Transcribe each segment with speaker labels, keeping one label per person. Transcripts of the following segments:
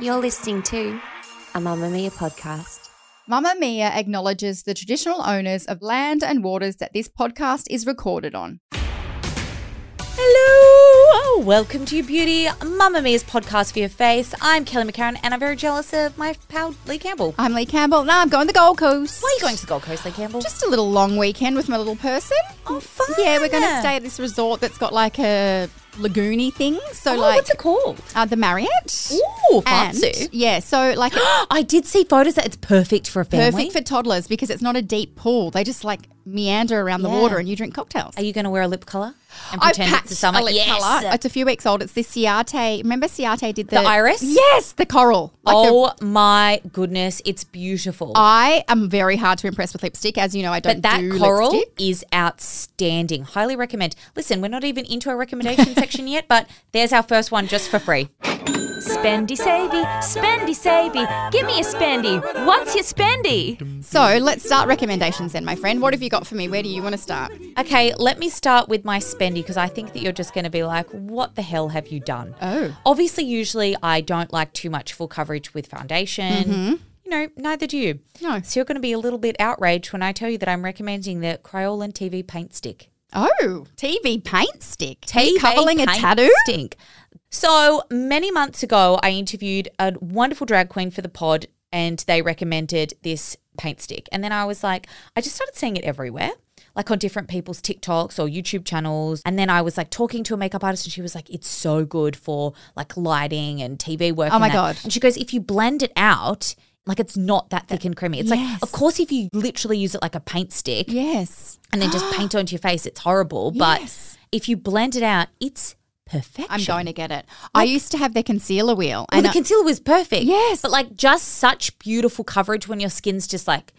Speaker 1: You're listening to a Mamma Mia podcast.
Speaker 2: Mamma Mia acknowledges the traditional owners of land and waters that this podcast is recorded on.
Speaker 3: Hello! Oh, welcome to Beauty Mamma Mia's podcast for your face. I'm Kelly McCarran and I'm very jealous of my pal Lee Campbell.
Speaker 2: I'm Lee Campbell. Now I'm going to the Gold Coast.
Speaker 3: Why are you going to the Gold Coast, Lee Campbell?
Speaker 2: Just a little long weekend with my little person.
Speaker 3: Oh, fun.
Speaker 2: Yeah, we're going to stay at this resort that's got like a lagoony thing. So
Speaker 3: Oh,
Speaker 2: like
Speaker 3: what's it called?
Speaker 2: Uh, the Marriott.
Speaker 3: Ooh,
Speaker 2: And-
Speaker 3: fancy.
Speaker 2: yeah, so like it's
Speaker 3: I did see photos that it's perfect for a family.
Speaker 2: perfect for toddlers because it's not a deep pool. They just like meander around the
Speaker 3: Yeah.
Speaker 2: water and you drink cocktails.
Speaker 3: Are you going to wear a lip colour and
Speaker 2: I
Speaker 3: pretend
Speaker 2: packed
Speaker 3: it's the summer?
Speaker 2: a lip
Speaker 3: yes.
Speaker 2: colour. It's a few weeks old. It's the Ciate. Remember Ciate did the,
Speaker 3: The iris?
Speaker 2: Yes, the coral. Like the-
Speaker 3: oh my goodness, it's beautiful.
Speaker 4: Oh,
Speaker 2: I am very hard to impress with lipstick, as you know. I don't
Speaker 3: but that
Speaker 2: do
Speaker 3: coral
Speaker 2: lipstick.
Speaker 3: is outstanding. Highly recommend. Listen, we're not even into our recommendation section yet, but there's our first one just for free.
Speaker 4: Spendy savey, spendy savey, give me a spendy. What's your spendy?
Speaker 2: So let's start recommendations then, my friend. What have you got for me? Where do you want to start?
Speaker 3: Okay, let me start with my spendy because I think that you're just going to be like, what the hell have you done?
Speaker 2: Oh.
Speaker 3: Obviously, usually I don't like too much full coverage with foundation.
Speaker 4: Mm-hmm.
Speaker 3: You know, neither do you.
Speaker 2: No.
Speaker 3: So you're going to be a little bit outraged when I tell you that I'm recommending the Cryolan TV paint stick.
Speaker 2: Oh, TV paint stick.
Speaker 3: TV
Speaker 2: covering a
Speaker 3: paint
Speaker 2: tattoo.
Speaker 3: Stink. So many months ago, I interviewed a wonderful drag queen for the pod, and they recommended this paint stick. And then I was like, I just started seeing it everywhere. Like on different people's TikToks or YouTube channels. And then I was like talking to a makeup artist and she was like, it's so good for like lighting and TV work.
Speaker 2: Oh
Speaker 3: and
Speaker 2: my
Speaker 3: that."
Speaker 2: God.
Speaker 3: And she goes, if you blend it out, like it's not that thick and creamy. It's
Speaker 2: Yes.
Speaker 3: like, of course, if you literally use it like a paint stick,
Speaker 2: Yes.
Speaker 3: and then just paint onto your face. It's horrible, but
Speaker 2: Yes.
Speaker 3: if you blend it out, it's perfection.
Speaker 2: I'm going to get it. I used to have their concealer wheel.
Speaker 3: Well,
Speaker 2: and
Speaker 3: the
Speaker 2: I-
Speaker 3: concealer was perfect.
Speaker 2: Yes.
Speaker 3: but like just such beautiful coverage when your skin's just like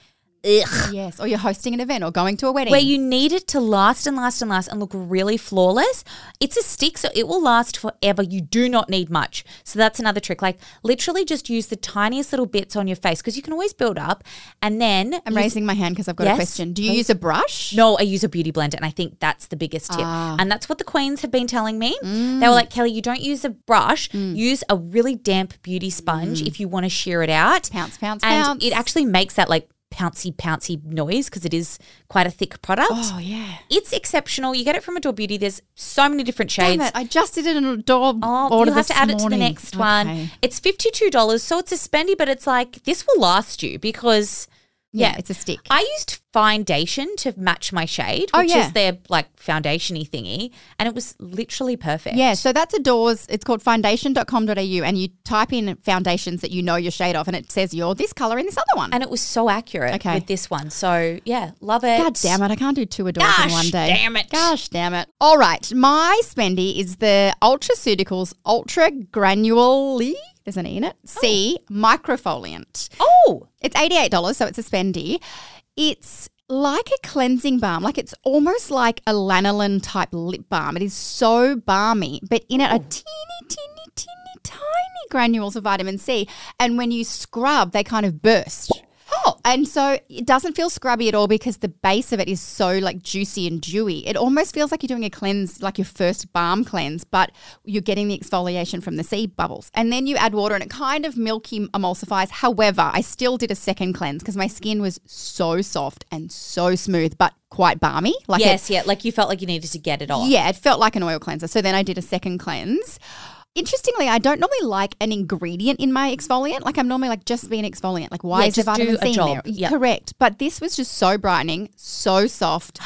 Speaker 3: ugh,
Speaker 2: yes, or you're hosting an event or going to a wedding.
Speaker 3: where you need it to last and last and last and look really flawless. It's a stick, so it will last forever. You do not need much. So that's another trick. Like literally, just use the tiniest little bits on your face because you can always build up, and then
Speaker 2: I'm
Speaker 3: use-
Speaker 2: raising my hand because I've got a
Speaker 3: Yes,
Speaker 2: question. Do you
Speaker 3: please.
Speaker 2: use a brush?
Speaker 3: No, I use a beauty blender, and I think that's the biggest tip.
Speaker 2: Ah.
Speaker 3: And that's what the queens have been telling me.
Speaker 2: Mm.
Speaker 3: They were like, Kelly, you don't use a brush, use a really damp beauty sponge if you want to shear it out.
Speaker 2: Mm. Pounce, pounce,
Speaker 3: and
Speaker 2: pounce.
Speaker 3: it actually makes that like pouncy, pouncy noise because it is quite a thick product.
Speaker 2: Oh yeah.
Speaker 3: It's exceptional. You get it from Adore Beauty. There's so many different shades.
Speaker 2: Damn it! I just did an adore
Speaker 3: Oh,
Speaker 2: order
Speaker 3: you'll have
Speaker 2: this
Speaker 3: to add it to the
Speaker 2: morning.
Speaker 3: next one.
Speaker 2: Okay.
Speaker 3: It's $52, so it's a spendy, but it's like this will last you because
Speaker 2: Yeah,
Speaker 3: Yeah.
Speaker 2: it's a stick.
Speaker 3: I used foundation to match my shade,
Speaker 2: Oh,
Speaker 3: which
Speaker 2: yeah.
Speaker 3: is their like foundationy thingy, and it was literally perfect.
Speaker 2: Yeah, so that's Adore's. It's called foundation.com.au and you type in foundations that you know your shade of and it says you're this colour and this other one.
Speaker 3: and it was so accurate
Speaker 2: Okay.
Speaker 3: with this one. So yeah, love it.
Speaker 2: God damn it, I can't do two Adore's in
Speaker 3: Gosh
Speaker 2: one day.
Speaker 3: damn it.
Speaker 2: Gosh damn it. All right, my spendy is the Ultraceuticals Ultra Granule, there's an E in it, C microfoliant.
Speaker 3: Oh,
Speaker 2: It's $88, so it's a spendy. It's like a cleansing balm, like it's almost like a lanolin type lip balm. It is so balmy, but in it are teeny, teeny, teeny, tiny granules of vitamin C. And when you scrub, they kind of burst. Oh. And so it doesn't feel scrubby at all because the base of it is so like juicy and dewy. It almost feels like you're doing a cleanse, like your first balm cleanse, but you're getting the exfoliation from the sea bubbles. And then you add water and it kind of milky emulsifies. However, I still did a second cleanse because my skin was so soft and so smooth, but quite balmy. Like it-
Speaker 3: yes, yeah. Like you felt like you needed to get it off.
Speaker 2: yeah, it felt like an oil cleanser. So then I did a second cleanse. Interestingly, I don't normally like an ingredient in my exfoliant. Like I'm normally like just be an exfoliant. Like why
Speaker 3: Yeah,
Speaker 2: is there
Speaker 3: just do
Speaker 2: vitamin
Speaker 3: a
Speaker 2: C in there?
Speaker 3: job. Yep.
Speaker 2: Correct. But this was just so brightening, so soft.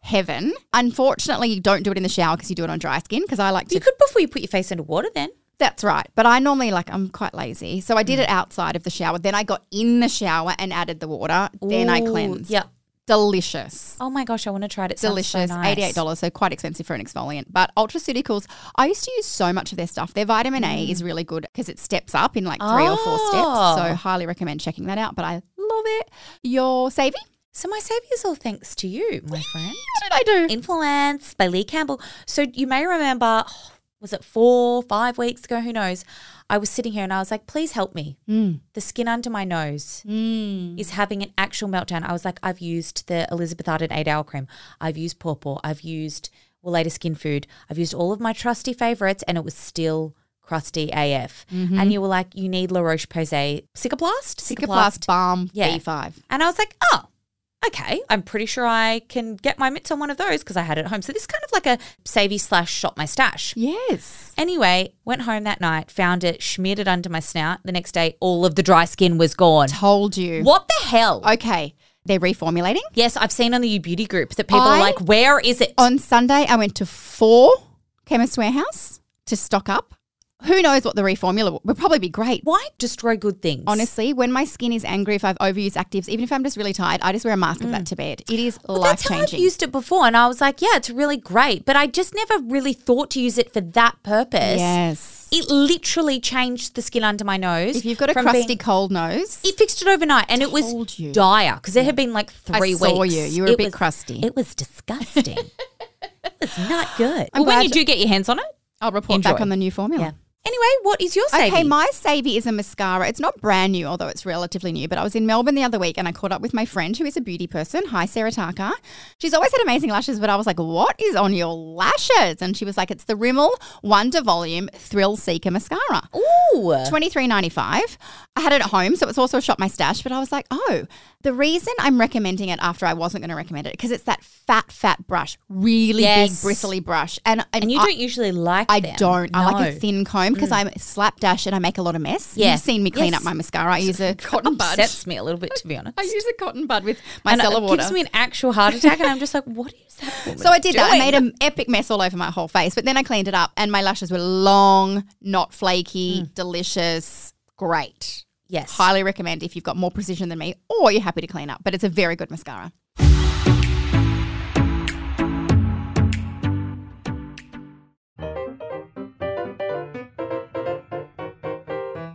Speaker 2: Heaven. Unfortunately, you don't do it in the shower because you do it on dry skin because I like to
Speaker 3: you could before you put your face under water. Then
Speaker 2: that's right. But I normally like I'm quite lazy.
Speaker 3: Mm.
Speaker 2: So I did it outside of the shower. Then I got in the shower and added the water. Then I
Speaker 3: Ooh,
Speaker 2: cleansed.
Speaker 3: Yeah,
Speaker 2: Delicious.
Speaker 3: Oh my gosh, I want to try it. It sounds so
Speaker 2: Delicious.
Speaker 3: nice.
Speaker 2: $88, so quite expensive for an exfoliant. But Ultraceuticals, I used to use so much of their stuff. Their vitamin A is really good because it steps up in like three or four steps. So
Speaker 3: Mm. Oh.
Speaker 2: highly recommend checking that out. But I love it. Your saving?
Speaker 3: So my saviour's all thanks to you, my friend.
Speaker 2: What did I do?
Speaker 3: Influence by Lee Campbell. So you may remember, oh, was it four, five weeks ago? Who knows? I was sitting here and I was like, please help me. The skin under my nose is having an actual meltdown. I was like, I've used the Elizabeth Arden 8 Hour Cream. I've used Pawpaw. I've used Willeta Skin Food. I've used all of my trusty favorites and it was still crusty AF. And you were like, you need La Roche-Posay Cicaplast?
Speaker 2: Cicaplast Balm
Speaker 3: Yeah.
Speaker 2: B5.
Speaker 3: And I was like, oh, okay. I'm pretty sure I can get my mitts on one of those because I had it at home. So this is kind of like a savey slash shop my stash.
Speaker 2: Yes.
Speaker 3: Anyway, went home that night, found it, smeared it under my snout. The next day, all of the dry skin was gone.
Speaker 2: Told you.
Speaker 3: What the hell?
Speaker 2: Okay. They're reformulating.
Speaker 3: Yes, I've seen on the U Beauty group that people
Speaker 2: I-
Speaker 3: are like, where is it?
Speaker 2: On Sunday, I went to four Chemist Warehouse to stock up. Who knows what the reformula will, will probably be great.
Speaker 3: Why destroy good things?
Speaker 2: Honestly, when my skin is angry, if I've overused actives, even if I'm just really tired, I just wear a mask of that to bed. It is life
Speaker 3: Mm. That's how I've
Speaker 2: changing.
Speaker 3: used it before, and I was like, "Yeah, it's really great," but I just never really thought to use it for that purpose.
Speaker 2: Yes.
Speaker 3: It literally changed the skin under my nose.
Speaker 2: If you've got a
Speaker 3: from
Speaker 2: crusty
Speaker 3: being-
Speaker 2: cold nose,
Speaker 3: It fixed it overnight, and it was
Speaker 2: Told you.
Speaker 3: dire because it had been like three weeks.
Speaker 2: saw you. You were a
Speaker 3: It
Speaker 2: bit
Speaker 3: was-
Speaker 2: crusty.
Speaker 3: It was disgusting. it was not good.
Speaker 2: I'm
Speaker 3: well, when
Speaker 2: glad
Speaker 3: you do get your hands on it,
Speaker 2: I'll report back
Speaker 3: Enjoy.
Speaker 2: on the new formula.
Speaker 3: yeah. Anyway, what is your saving?
Speaker 2: Okay, my savvy is a mascara. It's not brand new, although it's relatively new. But I was in Melbourne the other week and I caught up with my friend who is a beauty person. Hi, Sarah Taka. She's always had amazing lashes, but I was like, what is on your lashes? And she was like, it's the Rimmel Wonder Volume Thrill Seeker Mascara.
Speaker 3: Ooh.
Speaker 2: Twenty three ninety five. I had it at home, so it's also a shop my stash. But I was like, oh, the reason I'm recommending it after I wasn't going to recommend it because it's that fat, fat brush, really big,
Speaker 3: Yes.
Speaker 2: bristly brush, and
Speaker 3: And you
Speaker 2: I,
Speaker 3: don't usually like.
Speaker 2: I
Speaker 3: them.
Speaker 2: don't. I like a
Speaker 3: No.
Speaker 2: thin comb because I'm slapdash and I make a lot of mess.
Speaker 3: Yeah.
Speaker 2: You've seen me clean
Speaker 3: Yes.
Speaker 2: up my mascara. I use a cotton bud.
Speaker 3: Upsets me a little bit, to be honest.
Speaker 2: I use a cotton bud with my
Speaker 3: and it
Speaker 2: cellar water.
Speaker 3: gives me an actual heart attack, and I'm just like, "What is that?" Woman
Speaker 2: so I did that. I
Speaker 3: doing?
Speaker 2: made an epic mess all over my whole face, but then I cleaned it up and my lashes were long, not flaky, delicious, great.
Speaker 3: yes.
Speaker 2: Highly recommend if you've got more precision than me or you're happy to clean up, but it's a very good mascara.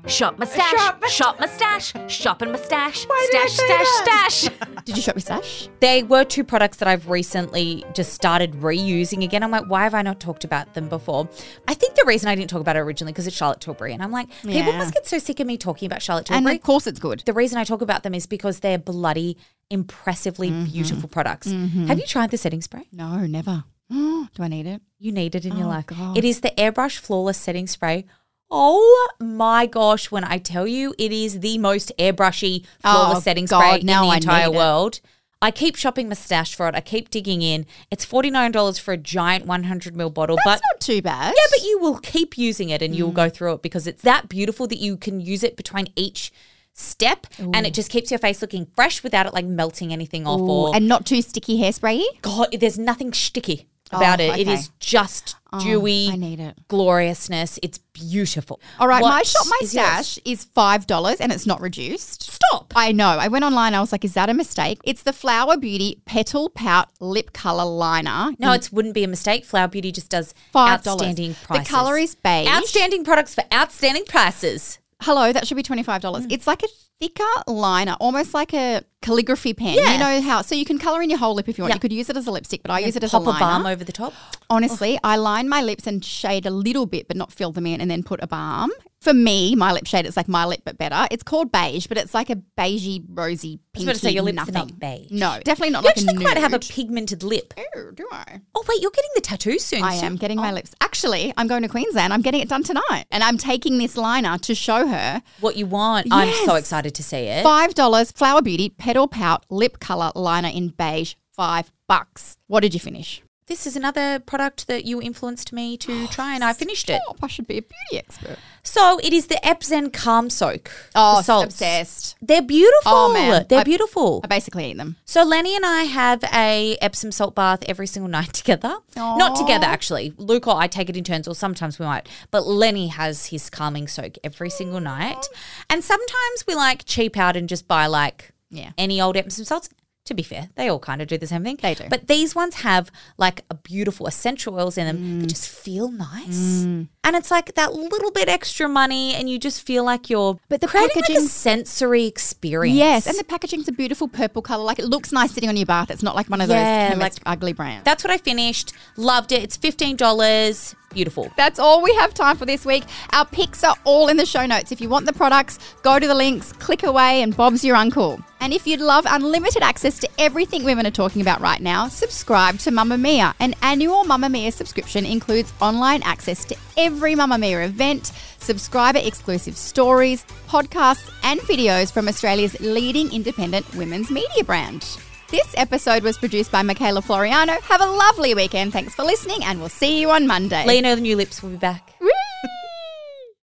Speaker 4: Shop my stash. Shop, my stash. Shop and my stash. stash, stash, stash.
Speaker 2: Did you shop your stash?
Speaker 3: They were two products that I've recently just started reusing again. I'm like, why have I not talked about them before? I think the reason I didn't talk about it originally because it's Charlotte Tilbury, and I'm like, people
Speaker 2: Yeah.
Speaker 3: must get so sick of me talking about Charlotte
Speaker 2: And
Speaker 3: Tilbury.
Speaker 2: of course it's good.
Speaker 3: the reason I talk about them is because they're bloody impressively
Speaker 2: Mm-hmm.
Speaker 3: beautiful products. Have you tried the setting spray?
Speaker 2: No, never. Do I need it?
Speaker 3: You need it in your
Speaker 2: Oh,
Speaker 3: life.
Speaker 2: God.
Speaker 3: It is the Airbrush Flawless Setting Spray. Oh my gosh, when I tell you it is the most airbrushy flawless
Speaker 2: Oh,
Speaker 3: setting
Speaker 2: God,
Speaker 3: spray
Speaker 2: now
Speaker 3: in the
Speaker 2: I
Speaker 3: entire
Speaker 2: need it.
Speaker 3: world. I keep shopping my stash for it. I keep digging in. It's $49 for a giant 100ml bottle, but
Speaker 2: It's not too bad. Mm.
Speaker 3: yeah, but you will keep using it and you'll go through it because it's that beautiful that you can use it between each step and it just keeps your face looking fresh without it like melting anything off or
Speaker 2: and not too sticky haispray.
Speaker 3: God, there's nothing sticky about
Speaker 2: Oh,
Speaker 3: it. It
Speaker 2: okay. Oh,
Speaker 3: is just dewy.
Speaker 2: I need it.
Speaker 3: Gloriousness. It's beautiful.
Speaker 2: All right, my
Speaker 3: What
Speaker 2: shop, my
Speaker 3: is yours?
Speaker 2: stash is five dollars, and it's not reduced.
Speaker 3: Stop.
Speaker 2: I know. I went online. I was like, "Is that a mistake?" It's the Flower Beauty Petal Pout Lip Color Liner.
Speaker 3: No, it wouldn't be a mistake. Flower Beauty just does
Speaker 2: Five dollars.
Speaker 3: outstanding
Speaker 2: The
Speaker 3: prices.
Speaker 2: colour is beige.
Speaker 3: Outstanding products for outstanding prices.
Speaker 2: Hello, that should be twenty five
Speaker 3: Mm.
Speaker 2: dollars. It's like a thicker liner, almost like a calligraphy pen. You know how? So you can color in your whole lip if you want. You could use it as a lipstick, but I use it as
Speaker 3: Pop
Speaker 2: a
Speaker 3: a
Speaker 2: liner.
Speaker 3: balm over the top.
Speaker 2: Honestly, I line my lips and shade a little bit, but not fill them in, and then put a balm. For me, my lip shade it's like my lip, but better. It's called beige, but it's like a beigey, rosy, pinky.
Speaker 3: I was about to say your lips
Speaker 2: nothing.
Speaker 3: are not beige.
Speaker 2: No, definitely not.
Speaker 3: You
Speaker 2: like
Speaker 3: actually
Speaker 2: a
Speaker 3: quite have a
Speaker 2: nude.
Speaker 3: pigmented lip.
Speaker 2: Oh, do I?
Speaker 3: Oh wait, you're getting the tattoo soon.
Speaker 2: I
Speaker 3: so-
Speaker 2: am getting my
Speaker 3: Oh,
Speaker 2: lips. Actually, I'm going to Queensland. I'm getting it done tonight, and I'm taking this liner to show her.
Speaker 3: What you want? I'm so
Speaker 2: Yes.
Speaker 3: excited to see it.
Speaker 2: Five dollars, Flower Beauty Petal Pout Lip Color Liner in beige. Five bucks. What did you finish?
Speaker 3: This is another product that you influenced me to try, and I finished it.
Speaker 2: Oh, I should be a beauty expert.
Speaker 3: So it is the Epsom Calm Soak.
Speaker 2: Oh,
Speaker 3: the salts.
Speaker 2: obsessed.
Speaker 3: They're beautiful.
Speaker 2: Oh, man.
Speaker 3: They're
Speaker 2: I-
Speaker 3: beautiful.
Speaker 2: I basically eat them.
Speaker 3: so Lenny and I have a Epsom salt bath every single night together. Not together actually. Luke or I take it in turns, or sometimes we might. But Lenny has his calming soak every single night, and sometimes we like cheap out and just buy like
Speaker 2: Yeah.
Speaker 3: any old Epsom salts. to be fair, they all kind of do the same thing.
Speaker 2: They do.
Speaker 3: But these ones have like a beautiful essential oils in them
Speaker 2: Mm.
Speaker 3: that just feel nice. And it's like that little bit extra money and you just feel like you're
Speaker 2: But the
Speaker 3: creating like a
Speaker 2: packaging-
Speaker 3: sensory experience.
Speaker 2: Yes, and the packaging's a beautiful purple color. Like it looks nice sitting on your bath. It's not like one of those
Speaker 3: Yeah,
Speaker 2: chemist
Speaker 3: like-
Speaker 2: ugly brands.
Speaker 3: That's what I finished. Loved it. It's $15. Beautiful.
Speaker 2: That's all we have time for this week. Our picks are all in the show notes. If you want the products, go to the links, click away, and Bob's your uncle. And if you'd love unlimited access to everything women are talking about right now, subscribe to Mamma Mia. An annual Mamma Mia subscription includes online access to every Mamma Mia event, subscriber exclusive stories, podcasts, and videos from Australia's leading independent women's media brand. This episode was produced by Michaela Floriano. Have a lovely weekend. Thanks for listening, and we'll see you on Monday.
Speaker 3: Lena the New Lips will be back.